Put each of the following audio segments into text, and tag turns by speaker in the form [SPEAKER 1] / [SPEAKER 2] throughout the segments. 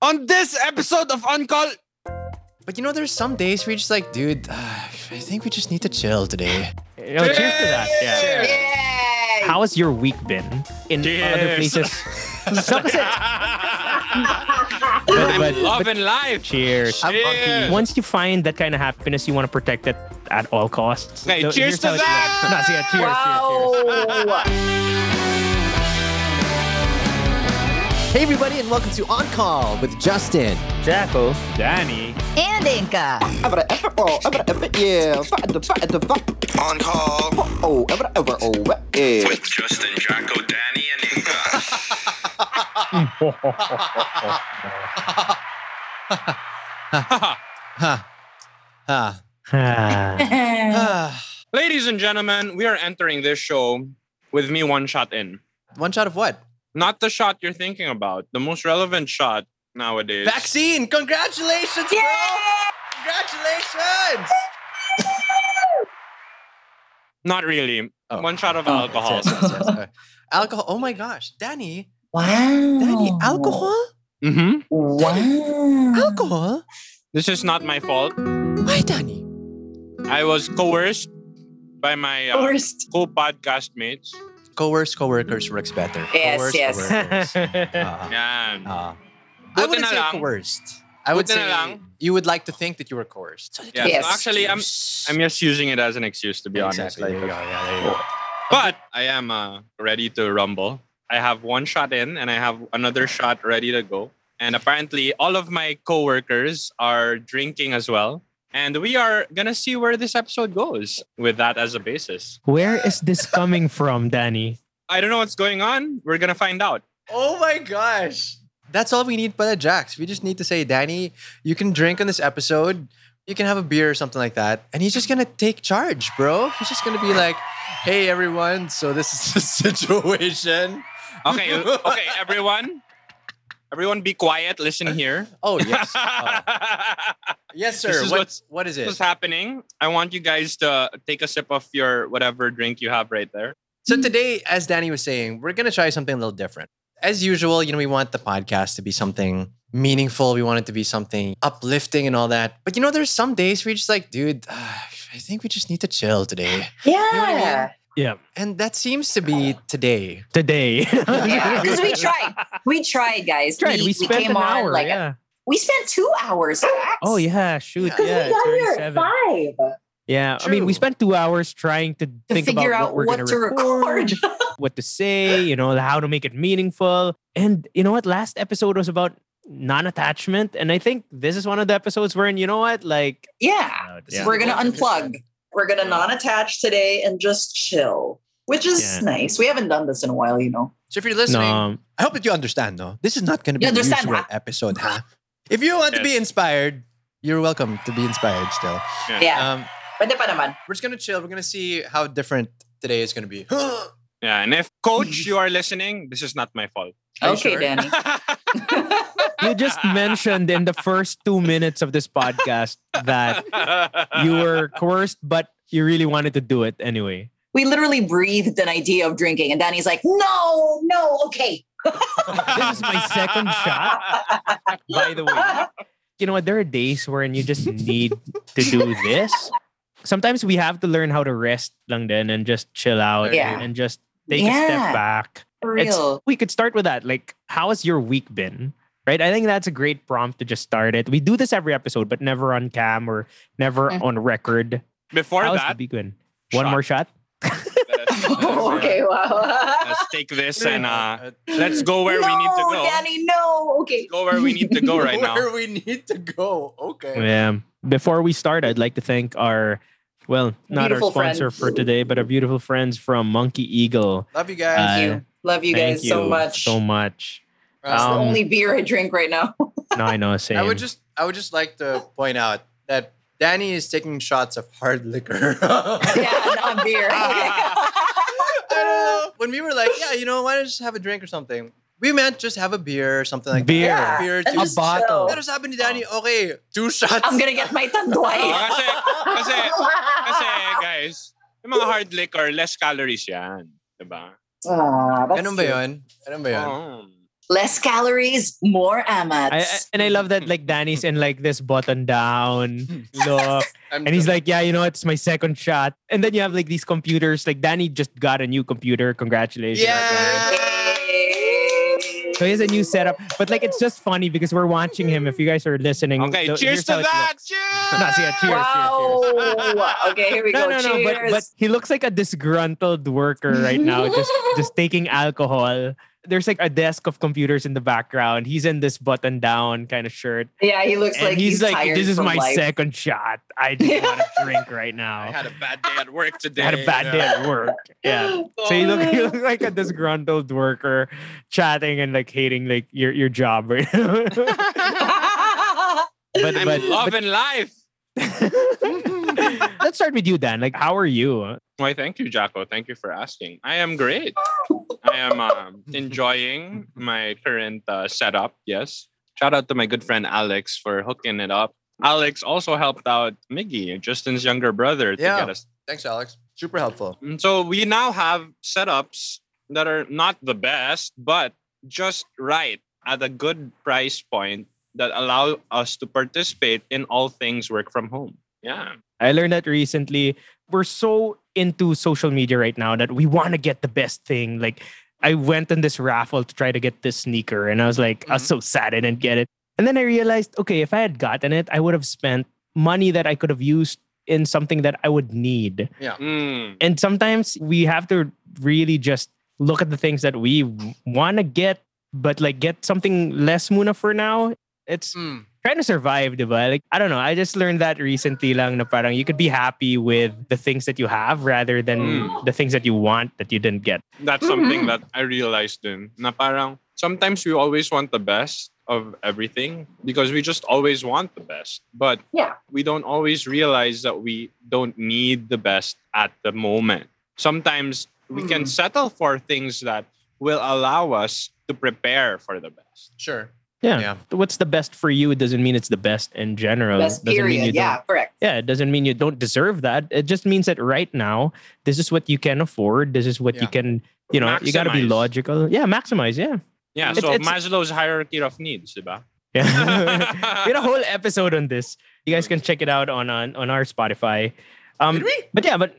[SPEAKER 1] on this episode of Uncall.
[SPEAKER 2] But you know, there's some days where you're just like, dude, uh, I think we just need to chill today.
[SPEAKER 3] Yo, cheers to that. Yeah.
[SPEAKER 4] Yay!
[SPEAKER 3] How has your week been in other
[SPEAKER 1] Cheers.
[SPEAKER 3] places? no, kasi,
[SPEAKER 1] I'm
[SPEAKER 3] but-
[SPEAKER 1] loving life.
[SPEAKER 3] cheers.
[SPEAKER 2] I'm
[SPEAKER 1] Cheers.
[SPEAKER 3] Once you find that kind of happiness, you want to protect it at all costs.
[SPEAKER 1] Okay,
[SPEAKER 3] So
[SPEAKER 1] cheers
[SPEAKER 3] here's
[SPEAKER 1] to
[SPEAKER 3] how it
[SPEAKER 1] that!
[SPEAKER 3] works. No, sige, cheers, cheers, cheers.
[SPEAKER 4] wow.
[SPEAKER 2] Hey, everybody, and welcome to On Call with Justin.
[SPEAKER 3] Jacko, Danny.
[SPEAKER 4] and Inca.
[SPEAKER 5] ever ever oh ever ever yeah fuck the fuck the fuck
[SPEAKER 6] On call
[SPEAKER 5] oh ever ever oh yeah
[SPEAKER 6] with Justin, Jocko, Danny, and Inka.
[SPEAKER 2] Ah, ah.
[SPEAKER 1] Ladies and gentlemen, we are entering this show with me one shot in.
[SPEAKER 2] One shot of what?
[SPEAKER 1] Not the shot you're thinking about, the most relevant shot nowadays.
[SPEAKER 2] Vaccine! Congratulations, bro! Congratulations!
[SPEAKER 1] Not really.
[SPEAKER 2] Oh.
[SPEAKER 1] One shot of
[SPEAKER 4] Oh,
[SPEAKER 1] alcohol.
[SPEAKER 2] Yes, yes, yes, yes. Alcohol. Oh my gosh, Danny.
[SPEAKER 4] Wow.
[SPEAKER 2] Danny, alcohol?
[SPEAKER 1] hmm
[SPEAKER 4] Wow.
[SPEAKER 2] Alcohol?
[SPEAKER 1] This is not my fault.
[SPEAKER 2] Why, Danny?
[SPEAKER 1] I was coerced by my uh,
[SPEAKER 4] Worst.
[SPEAKER 1] co podcast mates.
[SPEAKER 2] Coerce coworkers works better.
[SPEAKER 4] Yes,
[SPEAKER 2] Coerce coworkers.
[SPEAKER 4] yes.
[SPEAKER 2] Ah,
[SPEAKER 1] Yeah.
[SPEAKER 2] ah. I
[SPEAKER 1] Buti
[SPEAKER 2] wouldn't
[SPEAKER 1] na
[SPEAKER 2] say
[SPEAKER 1] lang.
[SPEAKER 2] coerced. I would
[SPEAKER 1] Buti na
[SPEAKER 2] say
[SPEAKER 1] lang.
[SPEAKER 2] you would like to think that you were coerced.
[SPEAKER 1] yeah.
[SPEAKER 4] Yes.
[SPEAKER 1] So actually, I'm I'm just using it as an excuse to be honest.
[SPEAKER 2] Exactly.
[SPEAKER 1] Like,
[SPEAKER 2] There you go. Yeah, there you go.
[SPEAKER 1] But I am uh, ready to rumble. I have one shot in and I have another shot ready to go. And apparently, all of my coworkers are drinking as well. And we are going to see where this episode goes with that as a basis.
[SPEAKER 3] Where is this coming from, Danny?
[SPEAKER 1] I don't know what's going on. We're going to find out.
[SPEAKER 2] Oh my gosh. That's all we need, pala, Jax. We just need to say, Danny, you can drink on this episode. You can have a beer or something like that. And he's just going to take charge, bro. He's just going to be like, hey, everyone. So this is the situation.
[SPEAKER 1] Okay. okay, everyone. Everyone be quiet. Listen here.
[SPEAKER 2] Oh, yes. Oh, yes, sir.
[SPEAKER 1] This is
[SPEAKER 2] What,
[SPEAKER 1] what's-
[SPEAKER 2] what is it?
[SPEAKER 1] What's happening? I want you guys to take a sip of your whatever drink you have right there.
[SPEAKER 2] So today, as Danny was saying, we're gonna try something a little different. As usual, you know, we want the podcast to be something meaningful. We want it to be something uplifting and all that. But you know, there's some days where you're just like, dude, uh, I think we just need to chill today.
[SPEAKER 4] Yeah.
[SPEAKER 3] Yeah,
[SPEAKER 2] And that seems to be today.
[SPEAKER 3] today.
[SPEAKER 4] Yeah, because we tried. We tried, guys.
[SPEAKER 3] Tried. We, spent an hour.
[SPEAKER 4] like
[SPEAKER 3] yeah.
[SPEAKER 4] we spent two hours.
[SPEAKER 3] oh yeah, shoot.
[SPEAKER 4] Because
[SPEAKER 3] Yeah,
[SPEAKER 4] we got
[SPEAKER 3] it's already
[SPEAKER 4] here at
[SPEAKER 3] seven.
[SPEAKER 4] five
[SPEAKER 3] Yeah, I mean, we
[SPEAKER 2] True.
[SPEAKER 3] spent two hours trying to,
[SPEAKER 4] to
[SPEAKER 3] think
[SPEAKER 4] figure
[SPEAKER 3] about
[SPEAKER 4] out
[SPEAKER 3] what we're
[SPEAKER 4] what
[SPEAKER 3] gonna
[SPEAKER 4] to record.
[SPEAKER 3] what to say, you know, how to make it meaningful. And you know what? Last episode was about non-attachment, and I think this is one of the episodes wherein you know what, like, ah,
[SPEAKER 4] Oh, yeah.
[SPEAKER 3] yeah,
[SPEAKER 4] We're gonna
[SPEAKER 2] Yeah.
[SPEAKER 4] unplug. We're gonna non-attach today and just chill, which is
[SPEAKER 3] Yeah.
[SPEAKER 4] nice. We haven't done this in a while, you know.
[SPEAKER 2] So if you're listening,
[SPEAKER 3] no,
[SPEAKER 2] I hope that you understand, no? This is not gonna be
[SPEAKER 4] You
[SPEAKER 2] the
[SPEAKER 4] understand,
[SPEAKER 2] usual
[SPEAKER 4] huh?
[SPEAKER 2] episode, huh? If you want to be
[SPEAKER 1] Yes.
[SPEAKER 2] inspired, you're welcome to be inspired still.
[SPEAKER 3] Uh,
[SPEAKER 4] Yeah.
[SPEAKER 2] Um,
[SPEAKER 4] Pwede pa naman.
[SPEAKER 2] we're just gonna chill. We're gonna see how different today is gonna be.
[SPEAKER 1] Yeah, and if coach you are listening, this is not my fault.
[SPEAKER 2] Are you
[SPEAKER 4] okay,
[SPEAKER 2] sure?
[SPEAKER 4] Danny.
[SPEAKER 3] you just mentioned in the first two minutes of this podcast that you were coerced, but you really wanted to do it anyway.
[SPEAKER 4] we literally breathed an idea of drinking, and Danny's like, "No, no, okay."
[SPEAKER 3] This is my second shot. By the way. you know what? There are days wherein you just need to do this. Sometimes we have to learn how to rest lang then and just chill out
[SPEAKER 4] Yeah.
[SPEAKER 3] and just take a
[SPEAKER 4] Yeah.
[SPEAKER 3] step back.
[SPEAKER 4] For
[SPEAKER 3] It's-
[SPEAKER 4] real.
[SPEAKER 3] We could start with that. Like, how has your week been? Right? I think that's a great prompt to just start it. We do this every episode, but never on cam or never
[SPEAKER 4] Mhm.
[SPEAKER 3] on record.
[SPEAKER 1] Before
[SPEAKER 3] How's the
[SPEAKER 1] that,
[SPEAKER 3] week been? One
[SPEAKER 1] shot.
[SPEAKER 3] more shot?
[SPEAKER 1] let us- let us, uh,
[SPEAKER 4] okay, wow.
[SPEAKER 1] Let's take this and uh, let's go where we need to
[SPEAKER 4] No,
[SPEAKER 1] go.
[SPEAKER 4] Danny, no. Okay.
[SPEAKER 1] Go where we need to go right now.
[SPEAKER 2] Where we need to go. Okay.
[SPEAKER 3] Yeah. Before we start, I'd like to thank our, well, not
[SPEAKER 4] Beautiful
[SPEAKER 3] our sponsor
[SPEAKER 4] friends.
[SPEAKER 3] for today, but our beautiful friends from Monkey Eagle.
[SPEAKER 2] Love you
[SPEAKER 3] Uh,
[SPEAKER 2] guys.
[SPEAKER 4] Thank you. Love you
[SPEAKER 3] Thank
[SPEAKER 4] guys so much.
[SPEAKER 3] So much.
[SPEAKER 4] It's
[SPEAKER 3] um,
[SPEAKER 4] the only beer I drink right now.
[SPEAKER 3] No, I know. Same.
[SPEAKER 2] I would just I would just like to point out that Danny is taking shots of hard liquor. I
[SPEAKER 4] yeah, not beer.
[SPEAKER 1] Ah.
[SPEAKER 2] don't know. When we were like, yeah, you know, why don't you just have a drink or something? We meant just have a beer or something like
[SPEAKER 3] Beer.
[SPEAKER 2] that.
[SPEAKER 4] Yeah,
[SPEAKER 2] Beer,
[SPEAKER 4] and
[SPEAKER 2] two
[SPEAKER 4] just
[SPEAKER 3] bottle.
[SPEAKER 4] chill.
[SPEAKER 2] Pero sabi ni Danny, okay, two shots.
[SPEAKER 4] I'm gonna get my
[SPEAKER 1] Oh,
[SPEAKER 4] tanduay.
[SPEAKER 1] kasi, kasi, kasi, guys, yung mga hard liquor, less calories yan. Diba?
[SPEAKER 4] Ah, that's
[SPEAKER 2] Ganun ba
[SPEAKER 4] true.
[SPEAKER 2] yun? Ganun ba yun?
[SPEAKER 1] Oh.
[SPEAKER 4] Less calories, more amats.
[SPEAKER 3] I, I- and I love that like Danny's in like this button down look,
[SPEAKER 2] I'm
[SPEAKER 3] and he's like, "Yeah, you know, it's my second shot." And then you have like these computers. Like Danny just got a new computer. Congratulations!
[SPEAKER 2] yeah.
[SPEAKER 4] Yay.
[SPEAKER 3] So he has a new setup, but like it's just funny because we're watching him. If you guys are listening,
[SPEAKER 1] Okay,
[SPEAKER 3] th-
[SPEAKER 1] cheers
[SPEAKER 3] here's how
[SPEAKER 1] to
[SPEAKER 3] it
[SPEAKER 1] that.
[SPEAKER 3] looks.
[SPEAKER 1] Cheers.
[SPEAKER 3] No, see, yeah, cheers, cheers, cheers.
[SPEAKER 4] Wow. okay, here we
[SPEAKER 3] No,
[SPEAKER 4] go.
[SPEAKER 3] no, no,
[SPEAKER 4] Cheers.
[SPEAKER 3] but, but he looks like a disgruntled worker right now, just just taking alcohol. There's like a desk of computers in the background. He's in this button down kind of shirt.
[SPEAKER 4] yeah, he looks
[SPEAKER 3] and
[SPEAKER 4] like
[SPEAKER 3] he's,
[SPEAKER 4] he's,
[SPEAKER 3] like,
[SPEAKER 4] tired
[SPEAKER 3] this is
[SPEAKER 4] from
[SPEAKER 3] my
[SPEAKER 4] life.
[SPEAKER 3] second shot. I just want to drink right
[SPEAKER 1] I
[SPEAKER 3] now.
[SPEAKER 1] had a bad day at work today.
[SPEAKER 3] I had a bad day at work. Yeah.
[SPEAKER 4] Oh,
[SPEAKER 3] So you look, you look like a disgruntled worker chatting and like hating like your, your job right now. but,
[SPEAKER 1] I'm
[SPEAKER 3] but, but
[SPEAKER 1] loving life.
[SPEAKER 3] let's start with you, Dan. Like, how are you?
[SPEAKER 1] Why, thank you, Jaco. Thank you for asking. I am great. I am um, enjoying my current uh, setup. Yes. Shout out to my good friend Alex for hooking it up. Alex also helped out Miggy, Justin's younger brother, to
[SPEAKER 2] Yeah.
[SPEAKER 1] get us.
[SPEAKER 2] Thanks, Alex. Super helpful.
[SPEAKER 1] And so we now have setups that are not the best, but just right at a good price point that allow us to participate in all things work from home. Yeah.
[SPEAKER 3] I learned that recently. We're so into social media right now that we want to get the best thing. Like, I went on this raffle to try to get this sneaker, and I was like, I was so sad I didn't get it. And then I realized, okay, if I had gotten it, I would have spent money that I could have used in something that I would need.
[SPEAKER 1] Mm.
[SPEAKER 3] And sometimes we have to really just look at the things that we want to get, but like get something less muna for now. It's
[SPEAKER 2] Hmm,
[SPEAKER 3] trying to survive, diba? Like I don't know. I just learned that recently lang na parang you could be happy with the things that you have rather than
[SPEAKER 1] Mm.
[SPEAKER 3] the things that you want that you didn't get.
[SPEAKER 1] that's something
[SPEAKER 3] Mm-hmm.
[SPEAKER 1] that I realized din. Na parang sometimes we always want the best of everything because we just always want the best. But
[SPEAKER 4] Yeah.
[SPEAKER 1] we don't always realize that we don't need the best at the moment. Sometimes we can
[SPEAKER 3] Mm-hmm.
[SPEAKER 1] settle for things that will allow us to prepare for the best.
[SPEAKER 2] Sure.
[SPEAKER 3] Yeah.
[SPEAKER 2] Yeah.
[SPEAKER 3] What's the best for you doesn't mean it's the best in general.
[SPEAKER 4] Best
[SPEAKER 3] Doesn't mean you
[SPEAKER 4] period.
[SPEAKER 3] don't-
[SPEAKER 4] Yeah, correct.
[SPEAKER 3] Yeah, it doesn't mean you don't deserve that. It just means that right now, this is what you can afford. This is what
[SPEAKER 2] Yeah.
[SPEAKER 3] you can, you know, you got to be
[SPEAKER 1] Maximize.
[SPEAKER 3] logical. Yeah, maximize. Yeah.
[SPEAKER 1] Yeah,
[SPEAKER 3] It's-
[SPEAKER 1] so
[SPEAKER 3] it's-
[SPEAKER 1] Maslow's hierarchy of needs, diba?
[SPEAKER 3] Yeah. we had a whole episode on this. You guys can check it out on on, on our Spotify. Um,
[SPEAKER 2] Did we?
[SPEAKER 3] But yeah, but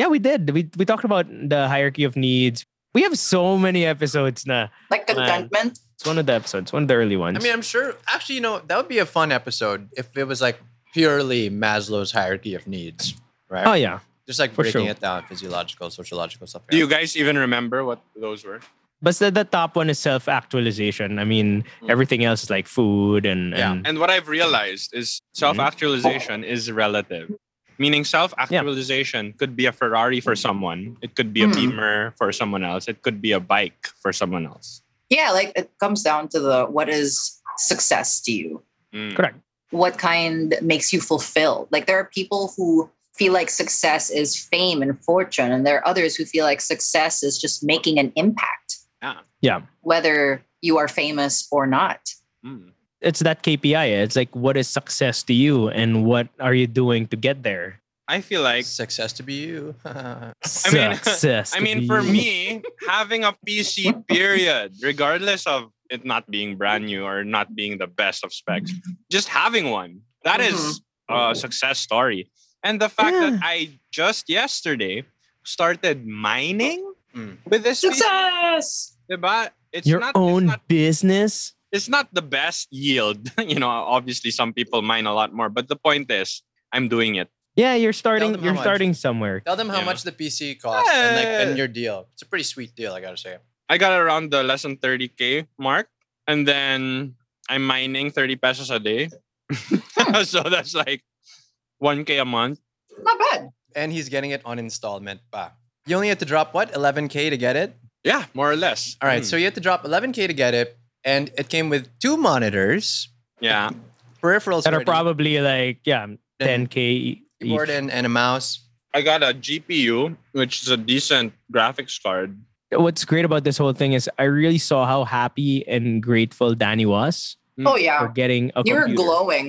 [SPEAKER 3] yeah, we did. We we talked about the hierarchy of needs. We have so many episodes. Na
[SPEAKER 4] Like
[SPEAKER 3] Man.
[SPEAKER 4] contentment.
[SPEAKER 3] it's one of the episodes, one of the early ones.
[SPEAKER 2] I mean, I'm sure. Actually, you know, that would be a fun episode if it was like purely Maslow's hierarchy of needs, right?
[SPEAKER 3] oh yeah,
[SPEAKER 2] Just like
[SPEAKER 3] for
[SPEAKER 2] breaking
[SPEAKER 3] sure.
[SPEAKER 2] it down, physiological, sociological stuff.
[SPEAKER 1] Do you guys even remember what those were?
[SPEAKER 3] but the, the top one is self actualization. I mean,
[SPEAKER 1] Hmm.
[SPEAKER 3] everything else is like food and
[SPEAKER 2] Yeah.
[SPEAKER 3] and,
[SPEAKER 1] And what I've realized is self actualization is relative, meaning self actualization could be a Ferrari for someone, it could be a
[SPEAKER 4] Mm.
[SPEAKER 1] Beamer for someone else, it could be a bike for someone else.
[SPEAKER 4] Yeah, like it comes down to the what is success to you?
[SPEAKER 1] Mm.
[SPEAKER 3] Correct.
[SPEAKER 4] What kind makes you fulfilled? Like there are people who feel like success is fame and fortune, and there are others who feel like success is just making an impact.
[SPEAKER 1] Yeah.
[SPEAKER 3] Yeah.
[SPEAKER 4] Whether you are famous or not.
[SPEAKER 1] Mm.
[SPEAKER 3] it's that KPI. It's like what is success to you, and what are you doing to get there?
[SPEAKER 1] I feel like,
[SPEAKER 2] Success to be you. I
[SPEAKER 1] mean-
[SPEAKER 3] success.
[SPEAKER 1] I
[SPEAKER 3] to
[SPEAKER 1] mean, for
[SPEAKER 3] be-
[SPEAKER 1] me, having a PC period, regardless of it not being brand new or not being the best of specs, just having one, that is a
[SPEAKER 4] Mm-hmm.
[SPEAKER 1] success story. And the fact that I just yesterday started mining
[SPEAKER 2] Mm.
[SPEAKER 1] with this PC
[SPEAKER 4] Success.
[SPEAKER 1] Diba? It's
[SPEAKER 3] your
[SPEAKER 1] not,
[SPEAKER 3] own
[SPEAKER 1] It's not,
[SPEAKER 3] business.
[SPEAKER 1] it's not the best yield. you know, obviously some people mine a lot more, but the point is, I'm doing it.
[SPEAKER 3] Yeah,
[SPEAKER 2] them
[SPEAKER 3] you're starting.
[SPEAKER 2] how
[SPEAKER 3] You're
[SPEAKER 2] much.
[SPEAKER 3] starting somewhere.
[SPEAKER 2] Tell them how
[SPEAKER 1] Yeah.
[SPEAKER 2] much the PC costs and like
[SPEAKER 1] Yeah.
[SPEAKER 2] and your deal. It's a pretty sweet deal, I gotta say.
[SPEAKER 1] I got around the less than 30k mark, and then I'm mining 30 pesos a day. so that's like 1k a month.
[SPEAKER 4] Not bad.
[SPEAKER 2] And he's getting it on installment. Pa. You only had to drop what? 11K to get it?
[SPEAKER 1] Yeah, more or less.
[SPEAKER 2] All right.
[SPEAKER 1] Mm.
[SPEAKER 2] So you had to drop 11K to get it. And it came with two monitors,
[SPEAKER 1] yeah,
[SPEAKER 2] peripherals
[SPEAKER 3] that are
[SPEAKER 2] already,
[SPEAKER 3] probably like yeah, 10k. each.
[SPEAKER 2] keyboard and, and a mouse.
[SPEAKER 1] I got a GPU, which is a decent graphics card.
[SPEAKER 3] What's great about this whole thing is I really saw how happy and grateful Danny was
[SPEAKER 1] Mm.
[SPEAKER 3] for
[SPEAKER 4] Oh yeah.
[SPEAKER 3] getting a
[SPEAKER 4] You were
[SPEAKER 3] computer.
[SPEAKER 4] glowing.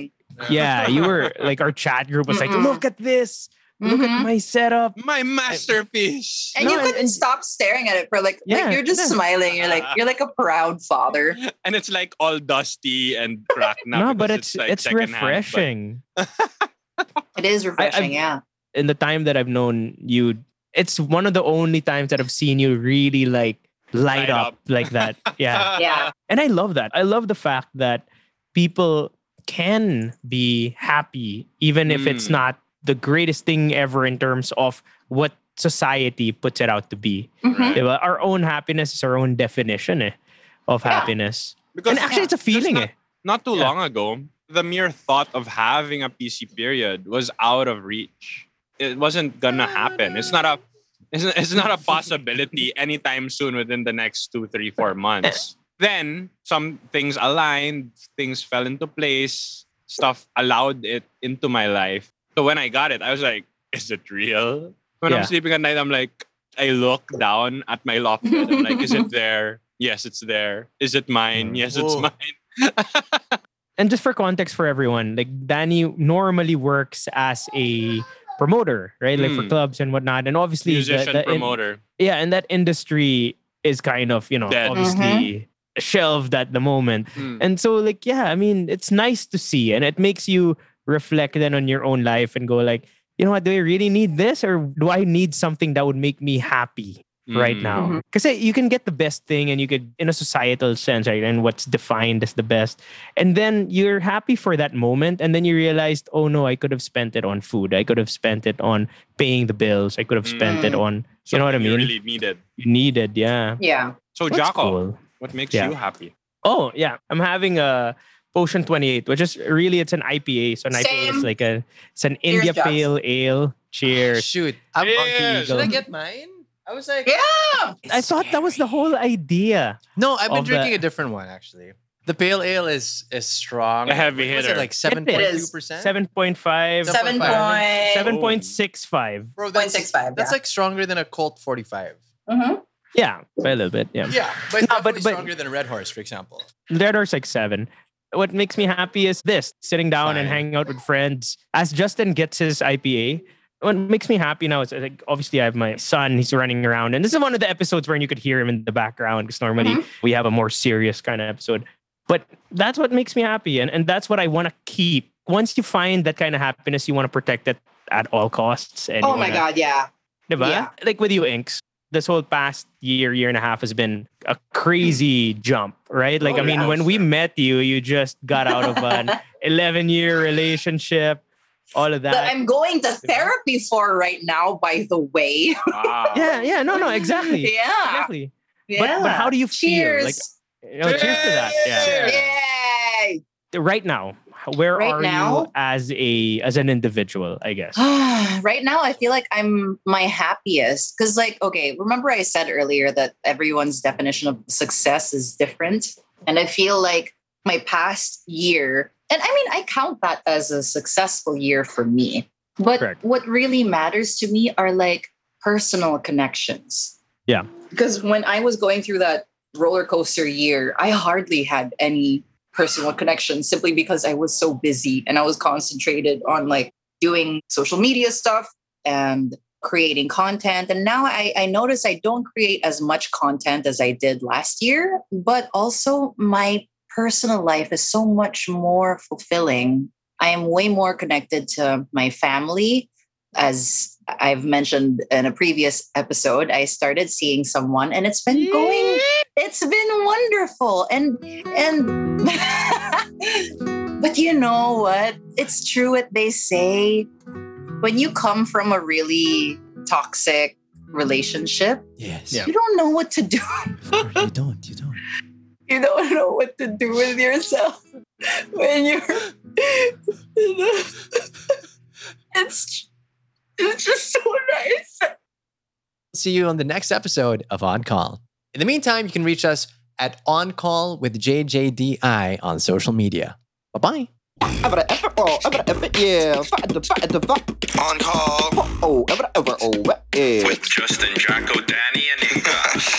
[SPEAKER 3] Yeah, you were like our chat group was like,
[SPEAKER 4] Mm-mm.
[SPEAKER 3] look at this. Look at
[SPEAKER 4] Mhm.
[SPEAKER 3] my setup.
[SPEAKER 1] My masterpiece.
[SPEAKER 4] And
[SPEAKER 3] No,
[SPEAKER 4] you
[SPEAKER 3] and-
[SPEAKER 4] couldn't
[SPEAKER 3] and-
[SPEAKER 4] stop staring at it for like,
[SPEAKER 3] Yeah,
[SPEAKER 4] like you're just
[SPEAKER 3] yeah.
[SPEAKER 4] smiling. You're like you're like a proud father.
[SPEAKER 1] And it's like all dusty and cracked now.
[SPEAKER 3] no, but
[SPEAKER 1] because
[SPEAKER 3] it's
[SPEAKER 1] like,
[SPEAKER 3] it's
[SPEAKER 1] secondhand, but-
[SPEAKER 3] refreshing.
[SPEAKER 4] It is refreshing, yeah.
[SPEAKER 3] In the time that I've known you, it's one of the only times that I've seen you really like light,
[SPEAKER 1] Light
[SPEAKER 3] up,
[SPEAKER 1] up.
[SPEAKER 3] like that. Yeah.
[SPEAKER 4] Yeah.
[SPEAKER 3] and I love that. I love the fact that people can be happy even if it's
[SPEAKER 1] Mm.
[SPEAKER 3] not the greatest thing ever in terms of what society puts it out to be.
[SPEAKER 4] Mhm.
[SPEAKER 1] Right.
[SPEAKER 3] Diba? Our own happiness is our own definition eh, of
[SPEAKER 4] Yeah.
[SPEAKER 3] happiness.
[SPEAKER 1] Because
[SPEAKER 3] and actually it's a feeling.
[SPEAKER 1] not-
[SPEAKER 3] eh.
[SPEAKER 1] not too
[SPEAKER 3] Yeah.
[SPEAKER 1] long ago, the mere thought of having a PC period was out of reach. It wasn't gonna happen. It's not a it's, it's not a possibility anytime soon within the next two, three, four months. then some things aligned, things fell into place, stuff allowed it into my life. So when I got it, I was like, is it real? When I'm
[SPEAKER 3] Yeah.
[SPEAKER 1] sleeping at night, I'm like, I look down at my loft bed. I'm like, is it there? Yes, it's there. Is it mine?
[SPEAKER 3] Mm.
[SPEAKER 1] Yes, it's
[SPEAKER 2] Whoa.
[SPEAKER 1] mine.
[SPEAKER 3] and just for context for everyone, like Danny normally works as a promoter, right? Like for
[SPEAKER 1] Mm.
[SPEAKER 3] clubs and whatnot. And obviously, the-
[SPEAKER 1] musician
[SPEAKER 3] the in-
[SPEAKER 1] promoter.
[SPEAKER 3] yeah, and that industry is kind of, you know,
[SPEAKER 1] Dead.
[SPEAKER 3] obviously shelved at the moment.
[SPEAKER 1] Mm.
[SPEAKER 3] And so, like, yeah, I mean, it's nice to see, and it makes you reflect then on your own life and go, like, you know what, do I really need this, or do I need something that would make me happy right
[SPEAKER 1] Mm.
[SPEAKER 3] now? Because you can get the best thing, and you could, in a societal sense, right, and what's defined as the best, and then you're happy for that moment, and then you realized, oh no, I could have spent it on food, I could have spent it on paying the bills, I could have spent it
[SPEAKER 4] Mm.
[SPEAKER 3] on, you know what I
[SPEAKER 1] Something you
[SPEAKER 3] mean?
[SPEAKER 1] really needed.
[SPEAKER 3] needed, yeah.
[SPEAKER 4] Yeah.
[SPEAKER 1] So
[SPEAKER 3] That's
[SPEAKER 1] Jaco,
[SPEAKER 3] cool.
[SPEAKER 1] what makes
[SPEAKER 3] Yeah.
[SPEAKER 1] you happy?
[SPEAKER 3] Oh yeah, I'm having a Potion 28, which is really it's an IPA. So an IPA is
[SPEAKER 4] Same.
[SPEAKER 3] like a it's an
[SPEAKER 4] Cheers,
[SPEAKER 3] India
[SPEAKER 4] Jax.
[SPEAKER 3] Pale Ale. Cheers.
[SPEAKER 2] Shoot. I'm,
[SPEAKER 1] Yes.
[SPEAKER 2] Should I get mine? I was like,
[SPEAKER 4] Yeah.
[SPEAKER 3] I thought that was the whole idea.
[SPEAKER 2] No, I've been
[SPEAKER 3] of the-
[SPEAKER 2] drinking a different one actually. The pale ale is is strong.
[SPEAKER 1] A heavy
[SPEAKER 2] Was it
[SPEAKER 1] hitter.
[SPEAKER 2] like seven
[SPEAKER 3] It
[SPEAKER 2] point two
[SPEAKER 4] is.
[SPEAKER 2] percent?
[SPEAKER 3] Seven point five.
[SPEAKER 2] Seven
[SPEAKER 4] Seven
[SPEAKER 2] point-
[SPEAKER 4] point
[SPEAKER 3] Seven point six five.
[SPEAKER 2] Bro,
[SPEAKER 4] point
[SPEAKER 2] that's,
[SPEAKER 4] six five.
[SPEAKER 2] that's like stronger than a Colt forty five.
[SPEAKER 4] Mhm.
[SPEAKER 3] Yeah, by a little bit. Yeah.
[SPEAKER 2] Yeah, but it's
[SPEAKER 3] No, but-
[SPEAKER 2] definitely
[SPEAKER 3] but-
[SPEAKER 2] stronger than a Red Horse, for example.
[SPEAKER 3] Red Horse like seven. What makes me happy is this sitting down and
[SPEAKER 2] Fine.
[SPEAKER 3] hanging out with friends. As Justin gets his IPA, what makes me happy now is like obviously I have my son, he's running around. And this is one of the episodes where you could hear him in the background because normally
[SPEAKER 4] Mm-hmm.
[SPEAKER 3] we have a more serious kind of episode. But that's what makes me happy. And, and that's what I want to keep. Once you find that kind of happiness, you want to protect it at all costs. And you
[SPEAKER 4] Oh my
[SPEAKER 3] wanna-
[SPEAKER 4] god, yeah.
[SPEAKER 3] Diba?
[SPEAKER 4] Yeah.
[SPEAKER 3] Like with you, Inks, this whole past year, year and a half has been a crazy jump, right? Like,
[SPEAKER 4] Oh,
[SPEAKER 3] I mean,
[SPEAKER 4] yeah.
[SPEAKER 3] when we met you, you just got out of an 11 year relationship, all of
[SPEAKER 4] That
[SPEAKER 3] that.
[SPEAKER 4] I'm going to therapy for right now, by the way.
[SPEAKER 1] Wow.
[SPEAKER 3] yeah, yeah, no, no, exactly.
[SPEAKER 4] Yeah.
[SPEAKER 3] Exactly.
[SPEAKER 4] yeah.
[SPEAKER 3] But, but how do you
[SPEAKER 4] Cheers.
[SPEAKER 3] feel? Like, you know, cheers to that. Yeah.
[SPEAKER 1] Cheers.
[SPEAKER 4] Yay!
[SPEAKER 3] Right now, where
[SPEAKER 4] Right
[SPEAKER 3] are you
[SPEAKER 4] now?
[SPEAKER 3] as a as an individual? I guess.
[SPEAKER 4] right now, I feel like I'm my happiest because, like, okay, remember I said earlier that everyone's definition of success is different, and I feel like my past year, and I mean, I count that as a successful year for me. But
[SPEAKER 3] Correct.
[SPEAKER 4] what really matters to me are like personal connections.
[SPEAKER 3] Yeah.
[SPEAKER 4] Because when I was going through that roller coaster year, I hardly had any personal connections simply because I was so busy and I was concentrated on like doing social media stuff and creating content. And now I, I notice I don't create as much content as I did last year, but also my personal life is so much more fulfilling. I am way more connected to my family. As I've mentioned in a previous episode, I started seeing someone and it's been going, it's been wonderful. And, and, but you know what? It's true what they say when you come from a really toxic relationship,
[SPEAKER 2] Yes.
[SPEAKER 3] Yeah.
[SPEAKER 4] you don't know what to do.
[SPEAKER 2] you don't. You don't.
[SPEAKER 4] You don't know what to do with yourself when you're. You know, it's it's just so nice.
[SPEAKER 2] See you on the next episode of On Call. In the meantime, you can reach us at On Call with JJDI on social media. Bye bye.
[SPEAKER 5] Ever, ever, oh, ever, ever, yeah. Fight the, fight the, fight.
[SPEAKER 6] On call
[SPEAKER 5] Oh, ever, ever, oh, yeah.
[SPEAKER 6] with Justin, Jocko, Danny, and Inkas.